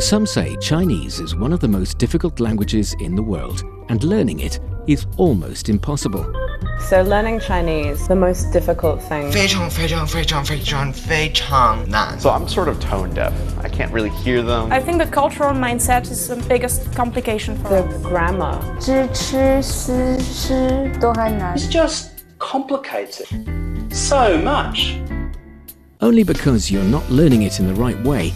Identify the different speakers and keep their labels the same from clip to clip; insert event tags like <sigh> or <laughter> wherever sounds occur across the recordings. Speaker 1: Some say Chinese is one of the most difficult languages in the world, and learning it is almost impossible.
Speaker 2: So learning Chinese, the most difficult thing.
Speaker 3: 非常非常非常非常非常难。
Speaker 4: So I'm sort of tone deaf. I can't really hear them.
Speaker 5: I think the cultural mindset is the biggest complication
Speaker 2: The
Speaker 5: for us.
Speaker 2: grammar.
Speaker 6: 知吃思吃都很难。
Speaker 7: It's just complicated. So much.
Speaker 1: Only because you're not learning it in the right way.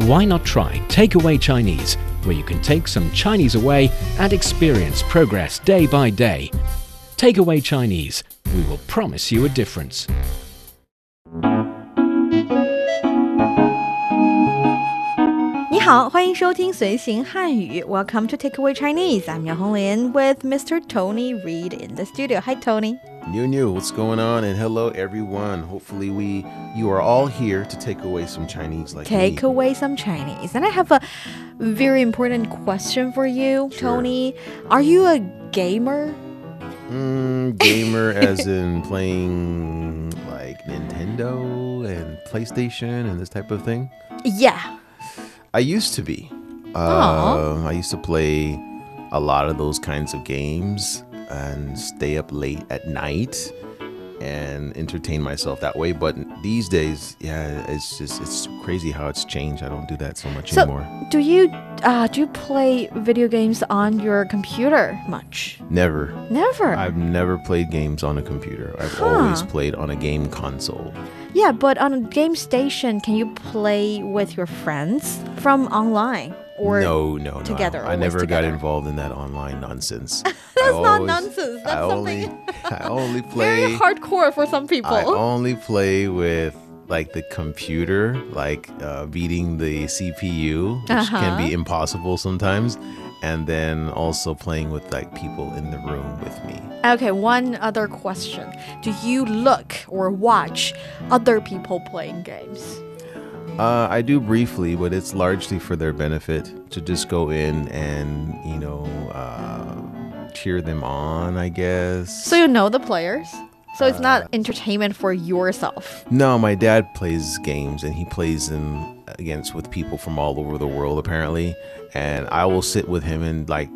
Speaker 1: Why not try Takeaway Chinese, where you can take some Chinese away and experience progress day by day? Takeaway Chinese, we will promise you a difference.
Speaker 8: 你好，欢迎收听《随行汉语》。Welcome to Takeaway Chinese. I'm Yang Honglin with Mr. Tony Reed in the studio. Hi, Tony.
Speaker 9: New New, what's going on? And hello everyone. Hopefully we you are all here to take away some Chinese like
Speaker 8: Take
Speaker 9: me.
Speaker 8: away some Chinese, and I have a very important question for you,
Speaker 9: Sure.
Speaker 8: Tony. Are you a gamer?
Speaker 9: Mm, gamer as in playing like Nintendo and PlayStation and this type of thing.
Speaker 8: Yeah.
Speaker 9: I used to be.
Speaker 8: Aw.
Speaker 9: Um, I used to play a lot of those kinds of games and stay up late at night and entertain myself that way. But these days, yeah, it's just it's crazy how it's changed. I don't do that so much
Speaker 8: So,
Speaker 9: anymore.
Speaker 8: do you uh, do you play video games on your computer much?
Speaker 9: Never.
Speaker 8: Never.
Speaker 9: I've never played games on a computer. I've
Speaker 8: Huh.
Speaker 9: always played on a game console.
Speaker 8: Yeah, but on a game station, can you play with your friends from online? Or
Speaker 9: no, no, no.
Speaker 8: together,
Speaker 9: I
Speaker 8: always
Speaker 9: never got
Speaker 8: together.
Speaker 9: involved in that online nonsense. That's
Speaker 8: <laughs> That's not nonsense. That's
Speaker 9: I only,
Speaker 8: something
Speaker 9: <laughs> I only play.
Speaker 8: <laughs> very hardcore for some people.
Speaker 9: I only play with like the computer, like uh, beating the CPU, which can be impossible sometimes, and then also playing with like people in the room with me.
Speaker 8: okay, one other question. Do you look or watch other people playing games?
Speaker 9: Uh, I do briefly, but it's largely for their benefit to just go in and you know uh, cheer them on, I guess.
Speaker 8: So you know the players? So it's not entertainment for yourself.
Speaker 9: Uh, <laughs> no, my dad plays games, and he plays them against with people from all over the world apparently. And I will sit with him and like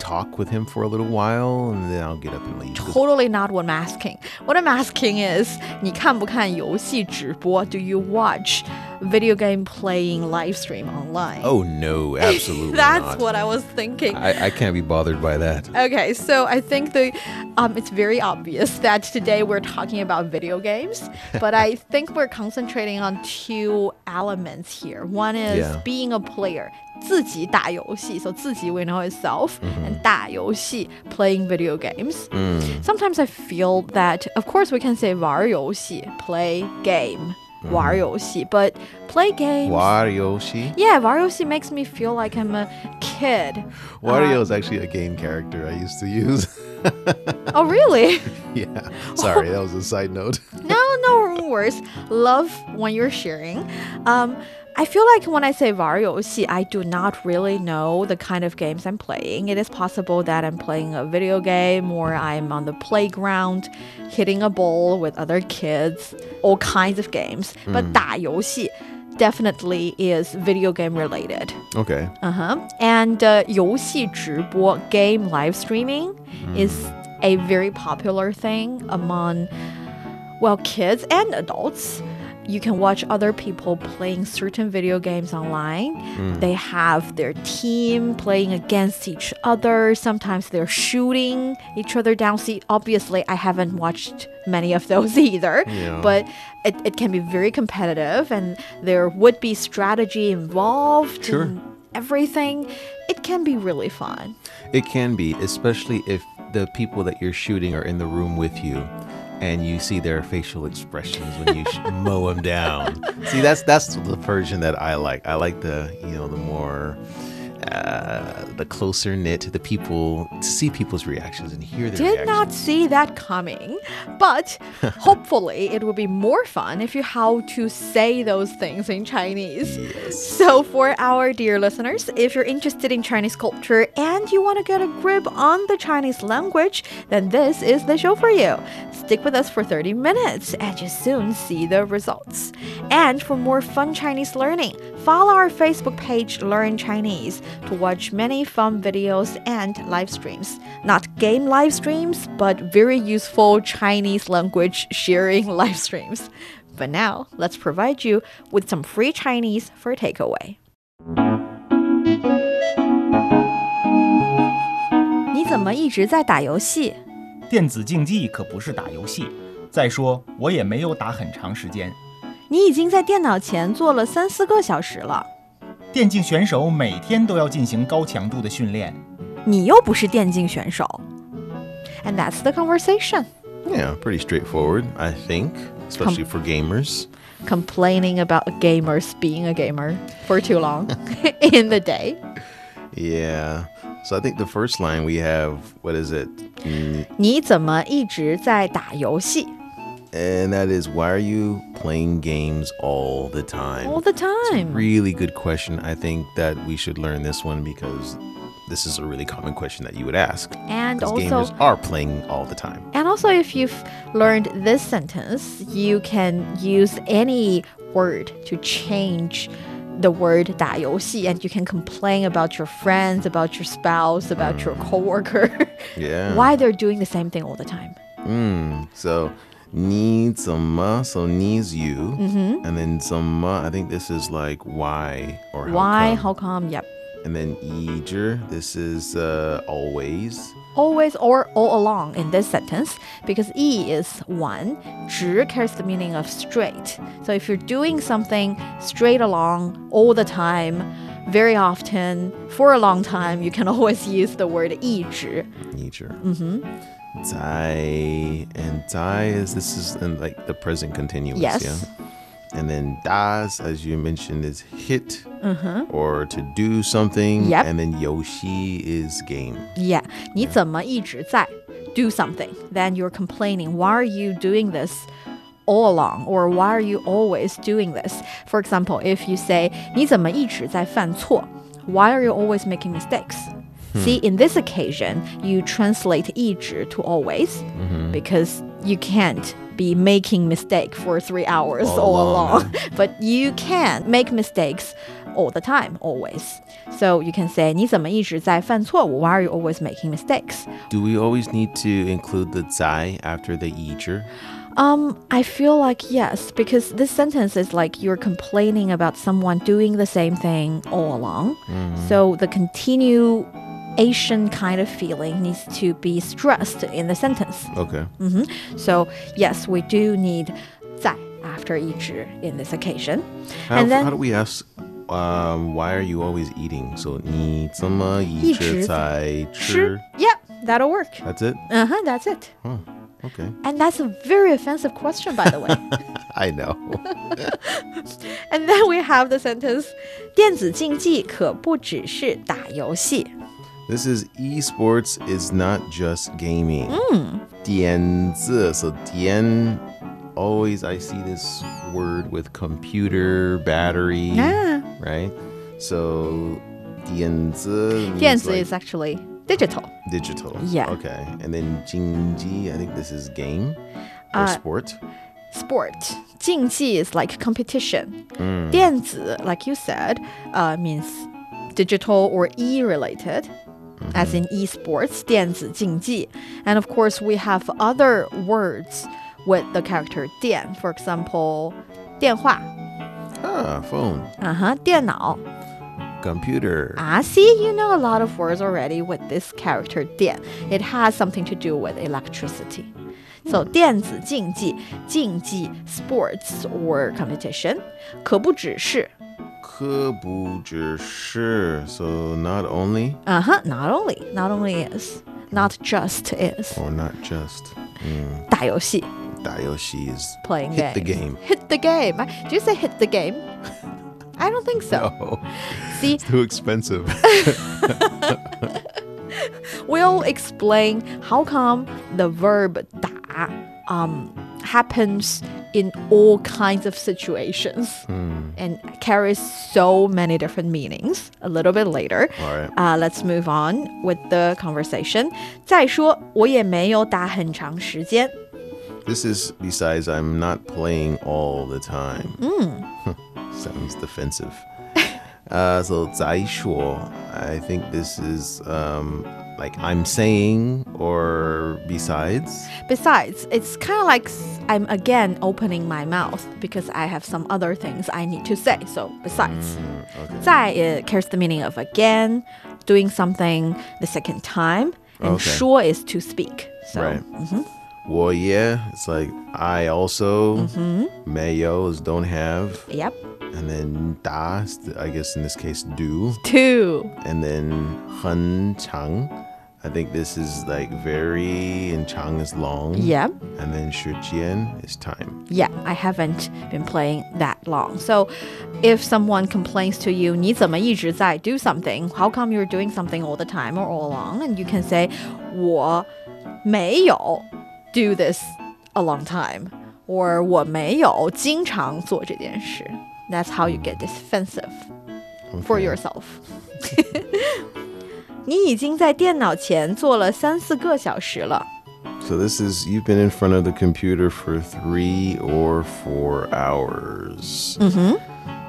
Speaker 9: talk with him for a little while, and then I'll get up and leave. 'Cause
Speaker 8: Totally not what I'm asking. What I'm asking is, 你看不看游戏直播? Do you watch video game playing live stream online?
Speaker 9: Oh no, absolutely
Speaker 8: <laughs> That's
Speaker 9: not.
Speaker 8: what I was thinking.
Speaker 9: I, I can't be bothered by that.
Speaker 8: Okay, so I think the um, it's very obvious <laughs> that today we're talking about video games, but I think we're concentrating on two elements here. One is
Speaker 9: Yeah.
Speaker 8: being a player, 自己打游戏, so 自己 we know is self, and 打游戏 playing video games. Sometimes I feel that of course we can say 玩游戏 play game, 玩游戏, but play games.
Speaker 9: Warioshi.
Speaker 8: Yeah, 玩游戏 makes me feel like I'm a kid. Uh,
Speaker 9: Wario is actually a game character I used to use.
Speaker 8: Oh, <laughs> really?
Speaker 9: <laughs> Yeah. Sorry, that was a side note. <laughs>
Speaker 8: No, no worries. Love when you're sharing. Um, I feel like when I say 玩游戏, I do not really know the kind of games I'm playing. It is possible that I'm playing a video game or I'm on the playground hitting a ball with other kids, all kinds of games.
Speaker 9: Hmm.
Speaker 8: But 打游戏 definitely is video game related.
Speaker 9: Okay.
Speaker 8: Uh-huh. And uh, 游戏直播 game live streaming is a very popular thing among well kids and adults. You can watch other people playing certain video games online.
Speaker 9: Mm.
Speaker 8: They have their team playing against each other. Sometimes they're shooting each other down. See, obviously, I haven't watched many of <laughs> those either,
Speaker 9: Yeah.
Speaker 8: but it, it can be very competitive and there would be strategy involved.
Speaker 9: Sure.
Speaker 8: and everything. It can be really fun.
Speaker 9: It can be, especially if the people that you're shooting are in the room with you and you see their facial expressions when you sh- <laughs> mow them down. See, that's that's the version that I like. I like the, you know, the more uh, the closer knit to the people to see people's reactions and hear their
Speaker 8: Did
Speaker 9: reactions.
Speaker 8: not see that coming, but hopefully it will be more fun if you how to say those things in Chinese. So for our dear listeners, if you're interested in Chinese culture and you want to get a grip on the Chinese language, then this is the show for you. Stick with us for 30 minutes and you soon see the results. And for more fun Chinese learning, follow our Facebook page Learn Chinese to watch many fun videos and live streams. Not game live streams, but very useful Chinese language sharing <laughs> live streams. But now, let's provide you with some free Chinese for takeaway. 你怎么一直在打游戏？
Speaker 10: 电子竞技可不是打游戏。再说，我也没有打很长时间。
Speaker 8: 你已经在电脑前坐了三四个小时了，
Speaker 10: 电竞选手每天都要进行高强度的训练。
Speaker 8: 你又不是电竞选手。And that's the conversation.
Speaker 9: Yeah, pretty straightforward, I think, especially for gamers.
Speaker 8: Complaining about gamers being a gamer for too long <laughs> in the day.
Speaker 9: Yeah. So I think the first line we have, what is it? Mm,
Speaker 8: 你怎么一直在打游戏
Speaker 9: And that is, why are you playing games all the time?
Speaker 8: all the
Speaker 9: It's a
Speaker 8: time?
Speaker 9: really good question. I think that we should learn this one because this is a really common question that you would ask.
Speaker 8: And
Speaker 9: because
Speaker 8: also-
Speaker 9: gamers are playing all the time.
Speaker 8: And also, if you've learned this sentence, you can use any word to change the word 打游戏 and you can complain about your friends, about your spouse, about your coworker, <laughs>
Speaker 9: Yeah.
Speaker 8: why they're doing the same thing all the time.
Speaker 9: Mm, so needs zama, so needs you,
Speaker 8: Mm-hmm.
Speaker 9: and then zama. I think this is like why or how
Speaker 8: why?
Speaker 9: come.
Speaker 8: How come? Yep.
Speaker 9: and then yijer. This is uh, always.
Speaker 8: Always or all along in this sentence because e is one, 直 carries the meaning of straight. So if you're doing something straight along all the time, very often, for a long time, you can <laughs> always use the word 一直.
Speaker 9: Yijer. Mm-hmm. Dai and dai is this is in like the present continuous.
Speaker 8: Yes.
Speaker 9: Yeah. And then das, as you mentioned, is hit or to do something.
Speaker 8: Mm-hmm. Yep.
Speaker 9: And then yoshi is game.
Speaker 8: Yeah, 你怎么一直在 do something? Then you're complaining. Why are you doing this all along? Or why are you always doing this? For example, if you say 你怎么一直在犯错? Why are you always making mistakes? See, in this occasion, you translate 一直 to always because you can't be making mistake for three hours all, along. <laughs> but you can make mistakes all the time, always. So you can say 你怎么一直在犯错误? Why are you always making mistakes?
Speaker 9: Do we always need to include the zai after the yijer?
Speaker 8: Um, I feel like yes, because this sentence is like you're complaining about someone doing the same thing all along.
Speaker 9: Mm.
Speaker 8: So the continuation kind of feeling needs to be stressed in the sentence. Mm-hmm.
Speaker 9: Okay.
Speaker 8: So yes, we do need 在 after 一直 in this occasion.
Speaker 9: How,
Speaker 8: and then
Speaker 9: how do we ask? Um, why are you always eating? So
Speaker 8: 一直
Speaker 9: 你怎么一直在吃?
Speaker 8: Yep, that'll work.
Speaker 9: That's it.
Speaker 8: Uh huh. That's it.
Speaker 9: Huh. Okay.
Speaker 8: And that's a very offensive question, by the
Speaker 9: <laughs>
Speaker 8: way.
Speaker 9: I know.
Speaker 8: <laughs> and then we have the sentence 电子竞技可不只是打游戏.
Speaker 9: this is esports is not just gaming. Mm. So 点 always I see this word with computer battery.
Speaker 8: Ah.
Speaker 9: E, Right. So 点子 means
Speaker 8: 电子
Speaker 9: like
Speaker 8: is actually digital.
Speaker 9: digital.
Speaker 8: Yeah.
Speaker 9: Okay. And then 竞技 I think this is game or
Speaker 8: Uh,
Speaker 9: sport. <laughs>
Speaker 8: Sport. 竞技 is like competition. 电子, like you said, uh, means digital or e related. As in esports, 电子竞技. And of course, we have other words with the character 电. For example, 电话,
Speaker 9: Ah, phone,
Speaker 8: uh-huh, 电脑.
Speaker 9: computer.
Speaker 8: Ah, see, you know a lot of words already with this character 电. It has something to do with electricity. So 电子竞技,竞技, sports or competition, 可不只是,
Speaker 9: 可不只是 So not only
Speaker 8: uh-huh, not only, not only is, not just is.
Speaker 9: or not just.
Speaker 8: 打游戏,
Speaker 9: Dayoshi is
Speaker 8: playing
Speaker 9: hit the game.
Speaker 8: games.
Speaker 9: <laughs>
Speaker 8: Hit the game. Do you say hit the game? I don't don't think so.
Speaker 9: No,
Speaker 8: See,
Speaker 9: too expensive.
Speaker 8: we'll explain how come the verb 打 um, happens in all kinds of situations and carries so many different meanings a little bit later.
Speaker 9: All right.
Speaker 8: Uh, let's move on with the conversation. 再说，我也没有打很长时间。
Speaker 9: This is besides I'm not playing all the time. <laughs> Sounds defensive. uh, so 再说, I think this is um, like I'm saying or besides.
Speaker 8: Besides, it's kind of like s- I'm again opening my mouth because I have some other things I need to say. So, besides,
Speaker 9: Mm,
Speaker 8: "在" it carries the meaning of again, doing something the second time, and
Speaker 9: Okay.
Speaker 8: 说 is to speak. So, mm-hmm.
Speaker 9: Right. Well, yeah, it's like I also, mayo is don't have,
Speaker 8: yep.
Speaker 9: and then da, is the- I guess in this case, do,
Speaker 8: Two.
Speaker 9: and then hun chang. I think this is like very, and chang is long.
Speaker 8: Yep.
Speaker 9: And then shu jian is time.
Speaker 8: Yeah, I haven't been playing that long. So, if someone complains to you, 你怎么一直在 do something? How come you're doing something all the time or all along? And you can say, 我没有 do this a long time, or 我没有经常做这件事. That's how you get defensive for
Speaker 9: Okay.
Speaker 8: yourself. <laughs> 你已经在电脑前坐了三四个小时了。
Speaker 9: So this is you've been in front of the computer for three or four hours.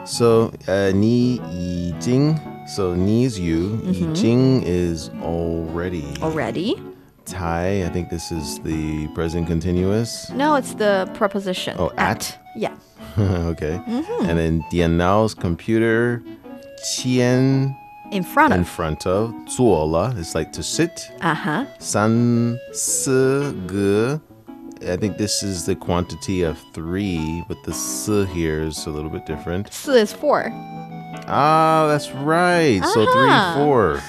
Speaker 9: So uh, ni yi jing. So ni is you. Yi jing is already.
Speaker 8: Already?
Speaker 9: Tai. I think this is the present continuous. <laughs>
Speaker 8: No, it's the preposition.
Speaker 9: Oh, at.
Speaker 8: Yeah.
Speaker 9: okay. And then dian nao's computer. Qian
Speaker 8: In front
Speaker 9: in
Speaker 8: of.
Speaker 9: front of. Zuola is like to sit.
Speaker 8: Uh huh.
Speaker 9: San si ge. I think this is the quantity of three, but the si here is a little bit different.
Speaker 8: 四 is four.
Speaker 9: Ah, that's right. So three, four.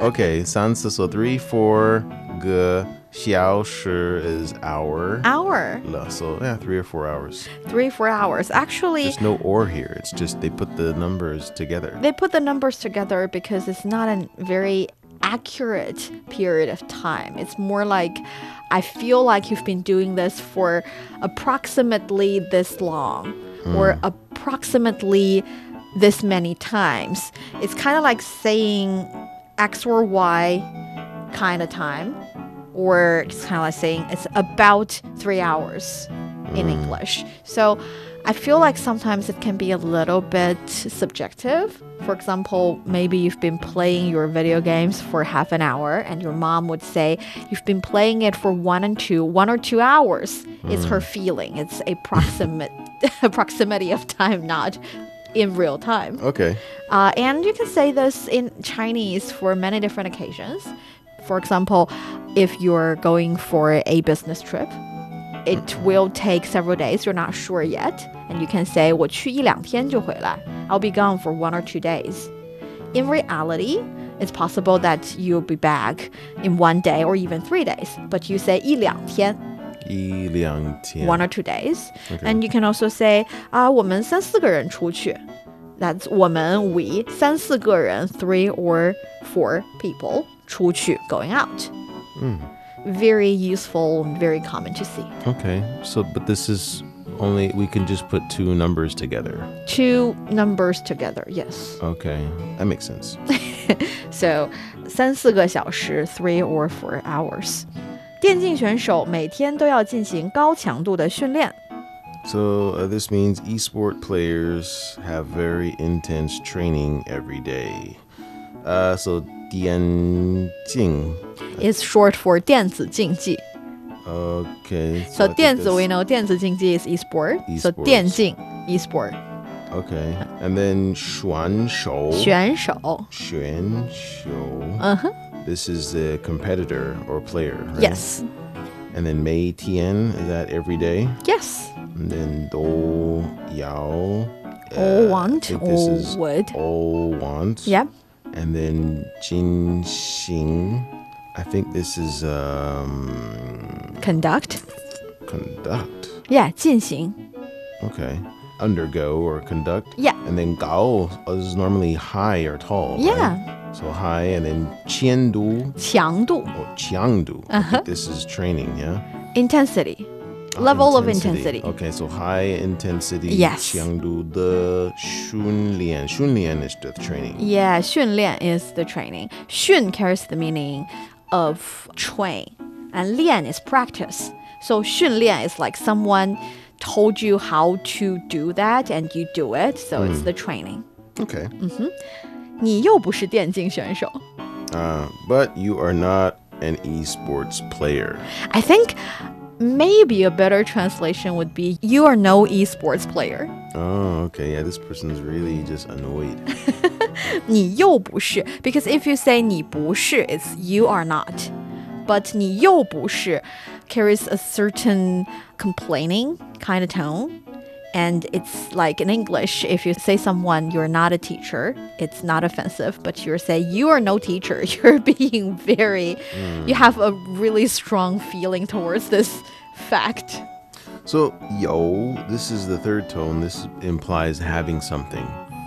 Speaker 9: okay, san si, so three, four, ge, xiao shi is hour.
Speaker 8: Hour.
Speaker 9: La- So yeah, three or four hours.
Speaker 8: Three, four hours. Actually,
Speaker 9: There's no or here. It's just they put the numbers together.
Speaker 8: they put the numbers together because it's not a very accurate period of time. It's more like I feel like you've been doing this for approximately this long or approximately this many times. It's kind of like saying X or Y kind of time, or it's kind of like saying it's about three hours in English. So I feel like sometimes it can be a little bit subjective. For example, maybe you've been playing your video games for half an hour, and your mom would say you've been playing it for one and two, one or two hours. It's her feeling. It's <laughs> approximate proximity of time, not in real time.
Speaker 9: Okay.
Speaker 8: Uh, and you can say this in Chinese for many different occasions. For example, if you're going for a business trip, it will take several days. You're not sure yet, and you can say 我去一两天就回来. I'll be gone for one or two days. In reality, it's possible that you'll be back in one day or even three days. But you say 一两天
Speaker 9: Yi liang tian.
Speaker 8: one or two days. And you can also say 啊，我们三四个人出去。That's 我们 we 三四个人 three or four people 出去 going out. Very useful, very common to see.
Speaker 9: Okay. So, but this is only we can just put two numbers together.
Speaker 8: Two numbers together, yes.
Speaker 9: Okay, that makes sense.
Speaker 8: So 三四个小时 three or four hours. 电竞选手每天都要进行高强度的训练。
Speaker 9: So uh, this means esport players have very intense training every day. Uh, so Dian Jing.
Speaker 8: It's short for 电子竞技。
Speaker 9: Okay.
Speaker 8: So
Speaker 9: Oh, I think
Speaker 8: 电子 we know 电子竞技 is e-sport. So
Speaker 9: E-sports.
Speaker 8: 电竞 e-sport
Speaker 9: that's- Okay, and then Xuan Shou.
Speaker 8: 选手
Speaker 9: Xuan Shou. Uh huh. This is the competitor or player. Right?
Speaker 8: Uh-huh. Yes.
Speaker 9: And then Mei Tian. Is that every day?
Speaker 8: Yes.
Speaker 9: And then Do Yao.
Speaker 8: All
Speaker 9: Uh, I
Speaker 8: want
Speaker 9: think this
Speaker 8: all
Speaker 9: is
Speaker 8: would.
Speaker 9: all want.
Speaker 8: Yep.
Speaker 9: And then Jin Xing. I think this is um
Speaker 8: Conduct.
Speaker 9: conduct.
Speaker 8: Yeah. 进行.
Speaker 9: Okay. undergo or conduct.
Speaker 8: Yeah.
Speaker 9: And then gao is normally high or tall. right?
Speaker 8: Yeah.
Speaker 9: So high, and then Oh, qian du
Speaker 8: 强度
Speaker 9: or qiang du. This is training, yeah.
Speaker 8: Uh-huh. intensity
Speaker 9: Ah,
Speaker 8: level of intensity
Speaker 9: Okay, so high intensity.
Speaker 8: Yes.
Speaker 9: Qiang du the shun lian. Shun lian is the training.
Speaker 8: yeah 训练 is the training 训 carries the meaning of train and 练 is practice so 训练 is like someone told you how to do that and you do it so it's the training Mm-hmm.
Speaker 9: Okay.
Speaker 8: 你又不是电竞选手
Speaker 9: Uh, but you are not an esports player.
Speaker 8: I think maybe a better translation would be you are no esports player
Speaker 9: Oh, okay. Yeah, this person's really just annoyed.
Speaker 8: 你又不是 because if you say 你不是 it's you are not but 你又不是 carries a certain complaining kind of tone and it's like in English if you say someone you're not a teacher it's not offensive but you're saying you are no teacher <laughs> you're being very
Speaker 9: Hmm.
Speaker 8: you have a really strong feeling towards this fact
Speaker 9: So, yo, this is the third tone. This implies having something.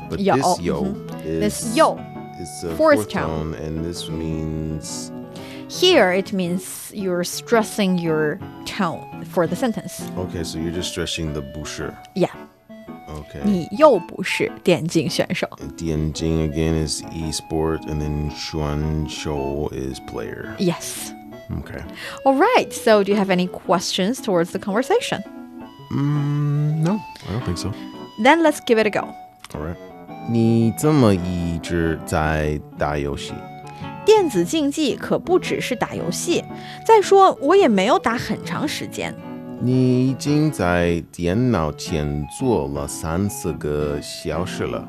Speaker 9: But
Speaker 8: Yo, oh,
Speaker 9: this yo is
Speaker 8: Mm-hmm. This yo,
Speaker 9: It's a
Speaker 8: fourth
Speaker 9: fourth, tone.
Speaker 8: tone.
Speaker 9: and this means
Speaker 8: here it means you're stressing your tone for the sentence
Speaker 9: okay. So you're just stressing the busher.
Speaker 8: yeah
Speaker 9: Okay.
Speaker 8: 你又不是电竞选手。
Speaker 9: Dianjing again is e-sport, and then Xuan Shou is player.
Speaker 8: Yes.
Speaker 9: Okay.
Speaker 8: All right. So, do you have any questions towards the conversation?
Speaker 9: Mm, no, I don't think so.
Speaker 8: Then let's give it a go.
Speaker 9: All right. 你这么一直在打游戏，
Speaker 8: 电子竞技可不只是打游戏。再说，我也没有打很长时间。
Speaker 9: 你已经在电脑前坐了三四个小时了。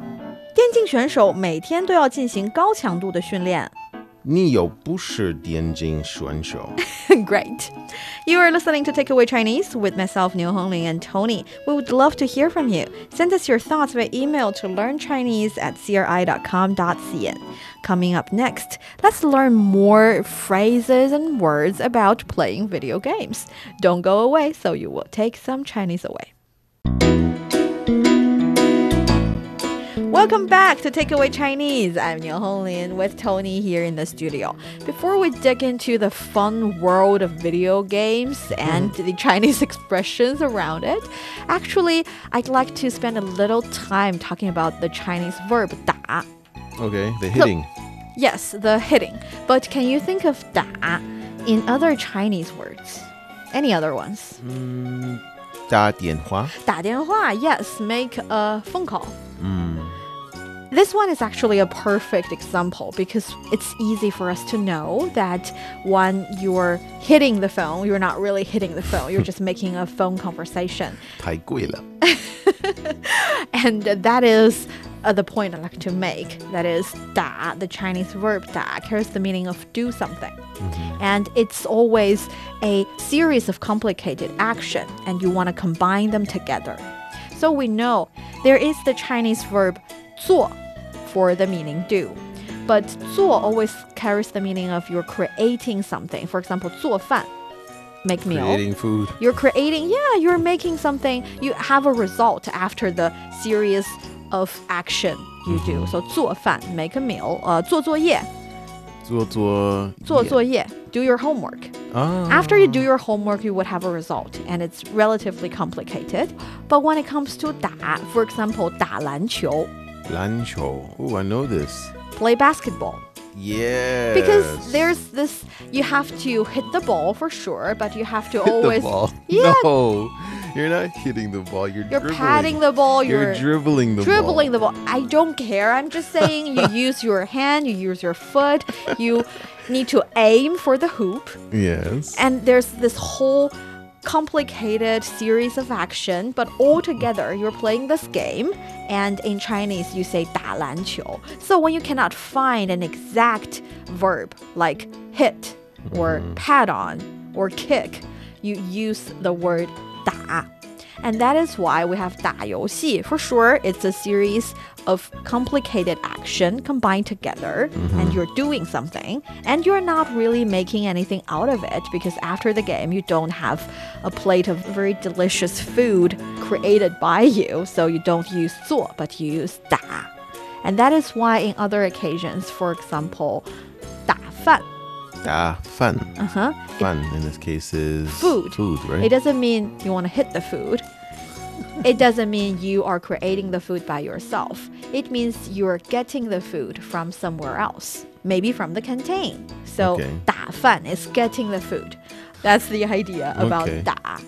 Speaker 8: 电竞选手每天都要进行高强度的训练。
Speaker 9: 你又不是电竞选手，
Speaker 8: <laughs> Great. You are listening to Takeaway Chinese with myself, Niu Hongling, and Tony. We would love to hear from you. Send us your thoughts by email to learnchinese at cri.com.cn. Coming up next, let's learn more phrases and words about playing video games. Don't go away, so you will take some Chinese away. Welcome back to Takeaway Chinese. I'm Niu Honglin with Tony here in the studio. Before we dig into the fun world of video games and
Speaker 9: Mm-hmm.
Speaker 8: the Chinese <laughs> expressions around it, actually, I'd like to spend a little time talking about the Chinese verb 打.
Speaker 9: okay? The hitting.
Speaker 8: Yes, the hitting. But can you think of 打 in other Chinese words? Any other ones?
Speaker 9: Mm, 打电话。
Speaker 8: 打电话, yes, make a phone call. This one is actually a perfect example because it's easy for us to know that when you're hitting the phone, you're not really hitting the phone, you're just making a phone conversation.
Speaker 9: 太贵了。
Speaker 8: <laughs> And that is uh, the point I'd like to make. That is, 打, the Chinese verb 打 carries the meaning of do something. And it's always a series of complicated action, and you want to combine them together. So we know there is the Chinese verb 做 for the meaning do. But 做 always carries the meaning of you're creating something. For example, 做饭, make meal.
Speaker 9: Creating food.
Speaker 8: You're creating, yeah, you're making something. You have a result after the series of action you do.
Speaker 9: Mm-hmm.
Speaker 8: So 做饭, make a meal, 呃、uh,，做作业，
Speaker 9: 做做
Speaker 8: 做作业 do your homework.
Speaker 9: Oh。
Speaker 8: After you do your homework, you would have a result, and it's relatively complicated. But when it comes to 打, for example, 打篮球
Speaker 9: 篮球。Oh, I know this.
Speaker 8: play basketball.
Speaker 9: Yeah.
Speaker 8: Because there's this, you have to hit the ball for sure, but you have to always
Speaker 9: the ball.
Speaker 8: Yeah.
Speaker 9: <laughs> No, you're not hitting the ball. You're
Speaker 8: You're
Speaker 9: dribbling.
Speaker 8: patting the ball.
Speaker 9: You're,
Speaker 8: You're,
Speaker 9: dribbling the
Speaker 8: dribbling
Speaker 9: ball.
Speaker 8: the ball. I don't care. I'm just saying
Speaker 9: <laughs>
Speaker 8: you use your hand, you use your foot, you need to aim for the hoop.
Speaker 9: Yes.
Speaker 8: And there's this whole complicated series of action, but all together you're playing this game. And in Chinese, you say 打篮球. So when you cannot find an exact verb like hit
Speaker 9: Mm-hmm.
Speaker 8: or pat on or kick, you use the word 打. And that is why we have 打游戏. For sure, it's a series of complicated action combined together, and you're doing something, and you're not really making anything out of it because after the game, you don't have a plate of very delicious food created by you, so you don't use 做, but you use 打. And that is why, in other occasions, for example, 打饭.
Speaker 9: Ah, fun.
Speaker 8: Uh huh.
Speaker 9: Fun in this case is
Speaker 8: Food.
Speaker 9: Food, right?
Speaker 8: It doesn't mean you want to hit the food. It doesn't mean you are creating the food by yourself. It means you're getting the food from somewhere else, maybe from the canteen. So
Speaker 9: Okay.
Speaker 8: 打饭 is getting the food. That's the idea about
Speaker 9: Okay.
Speaker 8: 打.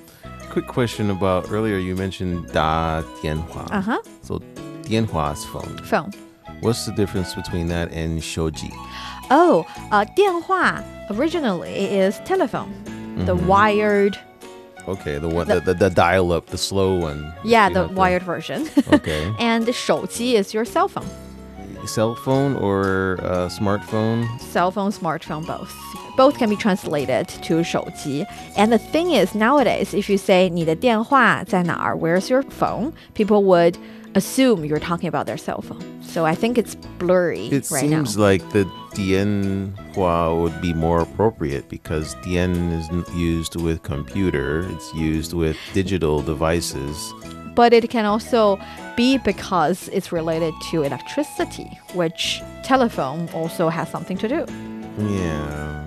Speaker 9: Quick question about earlier you mentioned da dianhua.
Speaker 8: Uh huh.
Speaker 9: So dianhua is phone.
Speaker 8: Phone.
Speaker 9: What's the difference between that and shoji?
Speaker 8: Oh, uh, 电话 originally is telephone, the
Speaker 9: Mm-hmm.
Speaker 8: wired.
Speaker 9: Okay, the one the, the, the dial up, the slow one.
Speaker 8: Yeah,
Speaker 9: You
Speaker 8: the
Speaker 9: have to-
Speaker 8: wired version. <laughs>
Speaker 9: Okay.
Speaker 8: and 手机 is your cell phone.
Speaker 9: Cell phone or uh, smartphone?
Speaker 8: cell phone, smartphone, both. Both can be translated to 手机. And the thing is, nowadays, if you say 你的电话在哪儿, where's your phone, people would assume you're talking about their cell phone. So I think it's blurry
Speaker 9: It
Speaker 8: right
Speaker 9: seems
Speaker 8: now.
Speaker 9: like the dianhua would be more appropriate because dian is n- used with computer, it's used with digital devices.
Speaker 8: But it can also be because it's related to electricity, which telephone also has something to do.
Speaker 9: Yeah.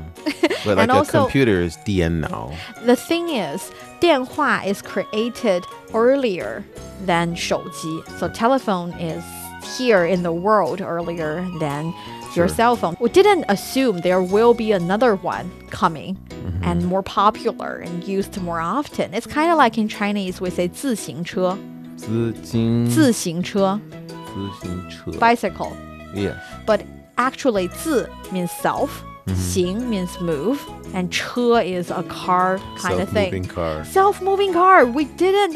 Speaker 9: But like
Speaker 8: And
Speaker 9: a
Speaker 8: also-
Speaker 9: computer is dian now.
Speaker 8: The thing is, 电话 is created earlier than 手机. So telephone is here in the world earlier than your cell phone. We didn't assume there will be another one coming
Speaker 9: Mm-hmm.
Speaker 8: and more popular and used more often. It's kind of like in Chinese we say 自行车,
Speaker 9: 自行-
Speaker 8: 自行车,
Speaker 9: 自行车。
Speaker 8: bicycle.
Speaker 9: Yeah.
Speaker 8: But actually 自 means self,
Speaker 9: Mm-hmm.
Speaker 8: 行 means move, and 车 is a car kind of thing.
Speaker 9: Self-moving car.
Speaker 8: self-moving car. We didn't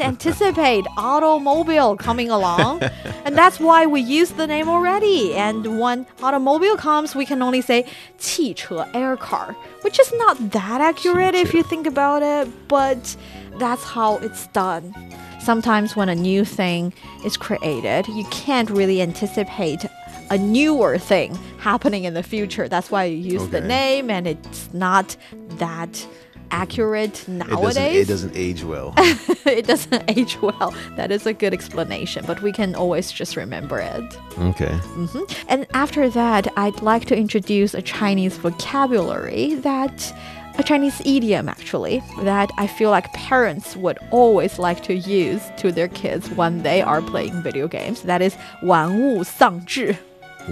Speaker 9: <laughs>
Speaker 8: anticipate automobile coming along, and that's why we use the name already. And when automobile comes, we can only say 汽车 air car, which is not that accurate if you think about it, but that's how it's done. Sometimes when a new thing is created, you can't really anticipate a newer thing happening in the future. That's why you use the
Speaker 9: Okay.
Speaker 8: name and it's not that accurate
Speaker 9: It doesn't, it
Speaker 8: nowadays.
Speaker 9: doesn't age well.
Speaker 8: <laughs> it doesn't <laughs> age well. That is a good explanation, but we can always just remember it.
Speaker 9: okay.
Speaker 8: And after that, I'd like to introduce a Chinese vocabulary that a Chinese idiom actually that I feel like parents would always like to use to their kids when they are playing video games. That is 玩物丧志.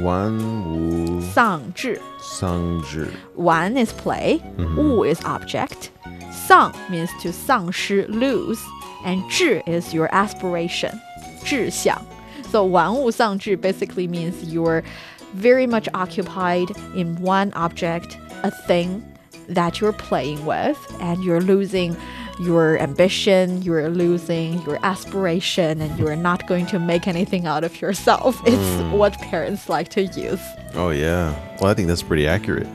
Speaker 9: 玩物
Speaker 8: 丧志.
Speaker 9: 丧志。
Speaker 8: 玩 is play, 物 is object, 丧 means to 丧失 lose, and 志 is your aspiration, 志向. So 玩物丧志 basically means you're very much occupied in one object, a thing that you're playing with, and you're losing your ambition, you're losing your aspiration, and you're not going to make anything out of yourself. It's what parents like to use.
Speaker 9: Oh yeah. Well, I think that's pretty accurate.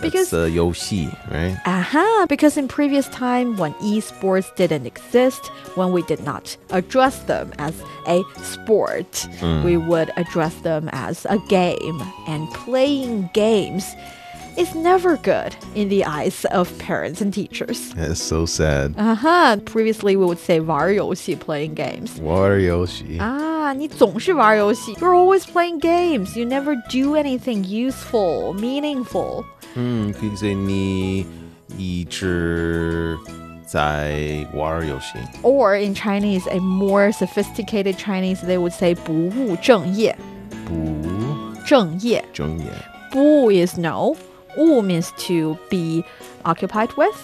Speaker 8: Because-
Speaker 9: that's uh, Yoshi, right?
Speaker 8: Aha, Uh-huh, because in previous time when esports didn't exist, when we did not address them as a sport,
Speaker 9: Mm.
Speaker 8: we would address them as a game. And playing games is never good in the eyes of parents and teachers.
Speaker 9: That's so sad.
Speaker 8: Aha, previously we would say 玩游戏 playing games.
Speaker 9: Water Yoshi.
Speaker 8: Ah, 你总是玩游戏. You're always playing games. You never do anything useful, meaningful.
Speaker 9: Hmm. Can you say ni zai water Yoshi?
Speaker 8: Or in Chinese, a more sophisticated Chinese, they would say 不务正业.
Speaker 9: 不
Speaker 8: 正业.不 is no. 务 means to be occupied with.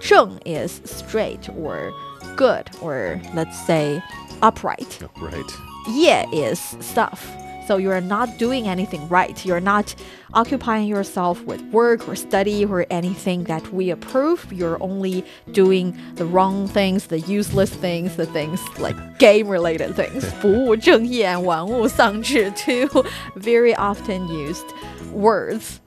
Speaker 8: 正 is straight or good or let's say upright.
Speaker 9: Right.
Speaker 8: 业 is stuff. So you're not doing anything right. You're not occupying yourself with work or study or anything that we approve. You're only doing the wrong things, the useless things, the things like game related things. 不务正业 and 玩物丧志 two very often used words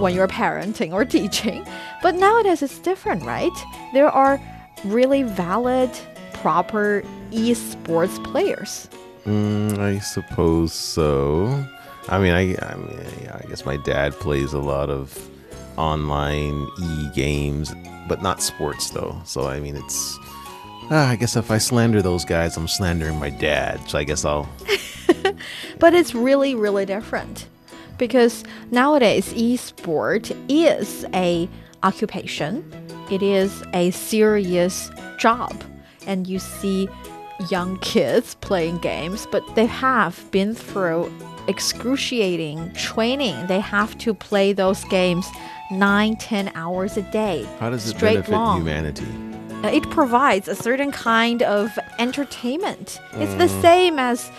Speaker 8: when you're parenting or teaching. But nowadays it's different, right? There are really valid proper esports players.
Speaker 9: Mm, I suppose so. I mean, I, I mean, yeah, I guess my dad plays a lot of online e games, but not sports though. So I mean, it's. Ah, I guess if I slander those guys, I'm slandering my dad. So I guess I'll.
Speaker 8: But it's really, really different because nowadays esport is a occupation. It is a serious job, and you see young kids playing games, but they have been through excruciating training. They have to play those games nine, ten hours a day.
Speaker 9: How does it
Speaker 8: straight
Speaker 9: benefit
Speaker 8: long.
Speaker 9: humanity?
Speaker 8: Uh, it provides a certain kind of entertainment. It's
Speaker 9: Mm.
Speaker 8: the same as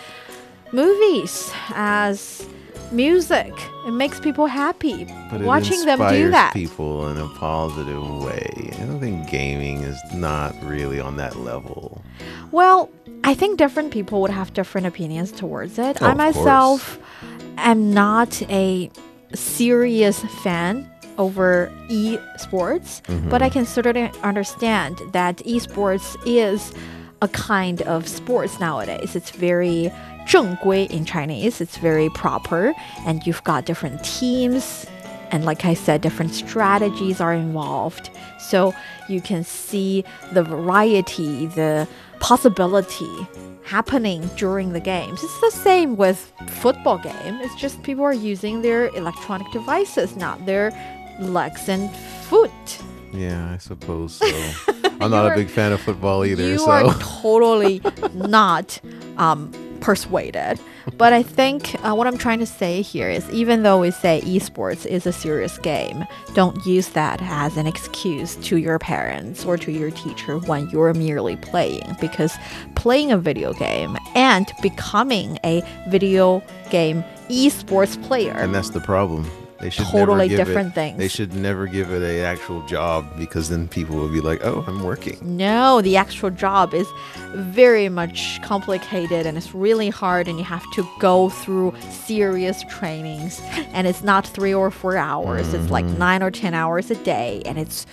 Speaker 8: movies, as music. It makes people happy.
Speaker 9: But it
Speaker 8: Watching them do
Speaker 9: inspires
Speaker 8: that.
Speaker 9: people in a positive way. I don't think gaming is not really on that level.
Speaker 8: Well, I think different people would have different opinions towards it.
Speaker 9: Oh,
Speaker 8: I
Speaker 9: of course.
Speaker 8: myself am not a serious fan over esports,
Speaker 9: Mm-hmm.
Speaker 8: but I can certainly understand that esports is a kind of sports nowadays. It's very 正规 in Chinese, it's very proper, and you've got different teams. And like I said, different strategies are involved. So you can see the variety, the possibility happening during the games. It's the same with football game. It's just people are using their electronic devices, not their legs and foot.
Speaker 9: Yeah, I
Speaker 8: <laughs>
Speaker 9: suppose so. I'm not a big fan of football either.
Speaker 8: you
Speaker 9: so <laughs>
Speaker 8: are totally not um, persuaded. But I think uh, what I'm trying to say here is even though we say esports is a serious game, don't use that as an excuse to your parents or to your teacher when you're merely playing. Because playing a video game and becoming a video game esports player
Speaker 9: and that's the problem. They should never
Speaker 8: Totally
Speaker 9: give it-
Speaker 8: different things.
Speaker 9: They should never give it a actual job because then people will be like, "Oh, I'm working."
Speaker 8: No, the actual job is very much complicated and it's really hard, and you have to go through serious trainings. And it's not three or four hours; it's like nine or ten hours a day. And it's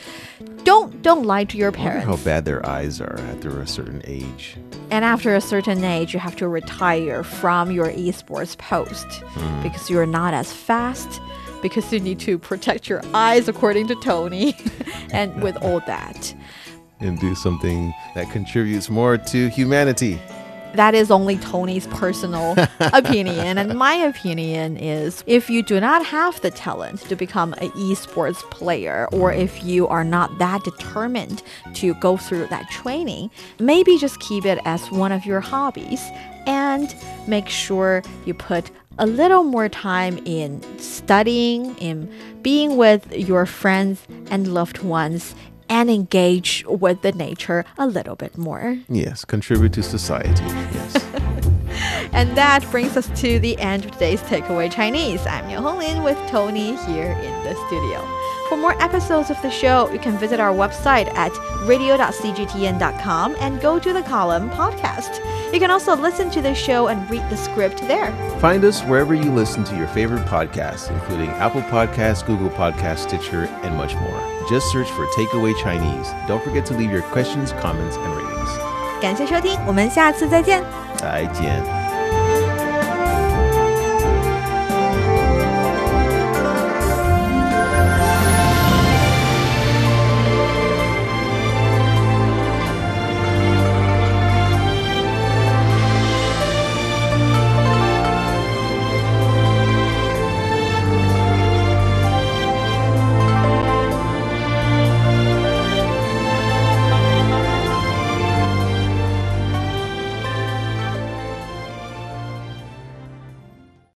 Speaker 8: don't don't lie to your
Speaker 9: I wonder
Speaker 8: parents.
Speaker 9: how bad their eyes are after a certain age.
Speaker 8: And after a certain age, you have to retire from your esports post because you're not as fast. Because you need to protect your eyes, according to Tony, <laughs> and with all that.
Speaker 9: and do something that contributes more to humanity.
Speaker 8: That is only Tony's personal opinion. And my opinion is if you do not have the talent to become an esports player, or if you are not that determined to go through that training, maybe just keep it as one of your hobbies and make sure you put a little more time in studying, in being with your friends and loved ones, and engage with the nature a little bit more.
Speaker 9: Yes, contribute to society. Yes.
Speaker 8: And that brings us to the end of today's Takeaway Chinese. I'm Yo Honglin with Tony here in the studio. For more episodes of the show, you can visit our website at radio.cgtn.com and go to the column podcast. You can also listen to the show and read the script there.
Speaker 9: Find us wherever you listen to your favorite podcasts, including Apple Podcasts, Google Podcasts, Stitcher, and much more. Just search for Takeaway Chinese. Don't forget to leave your questions, comments, and ratings.
Speaker 8: 感谢收听，我们下次再见。
Speaker 9: 再见。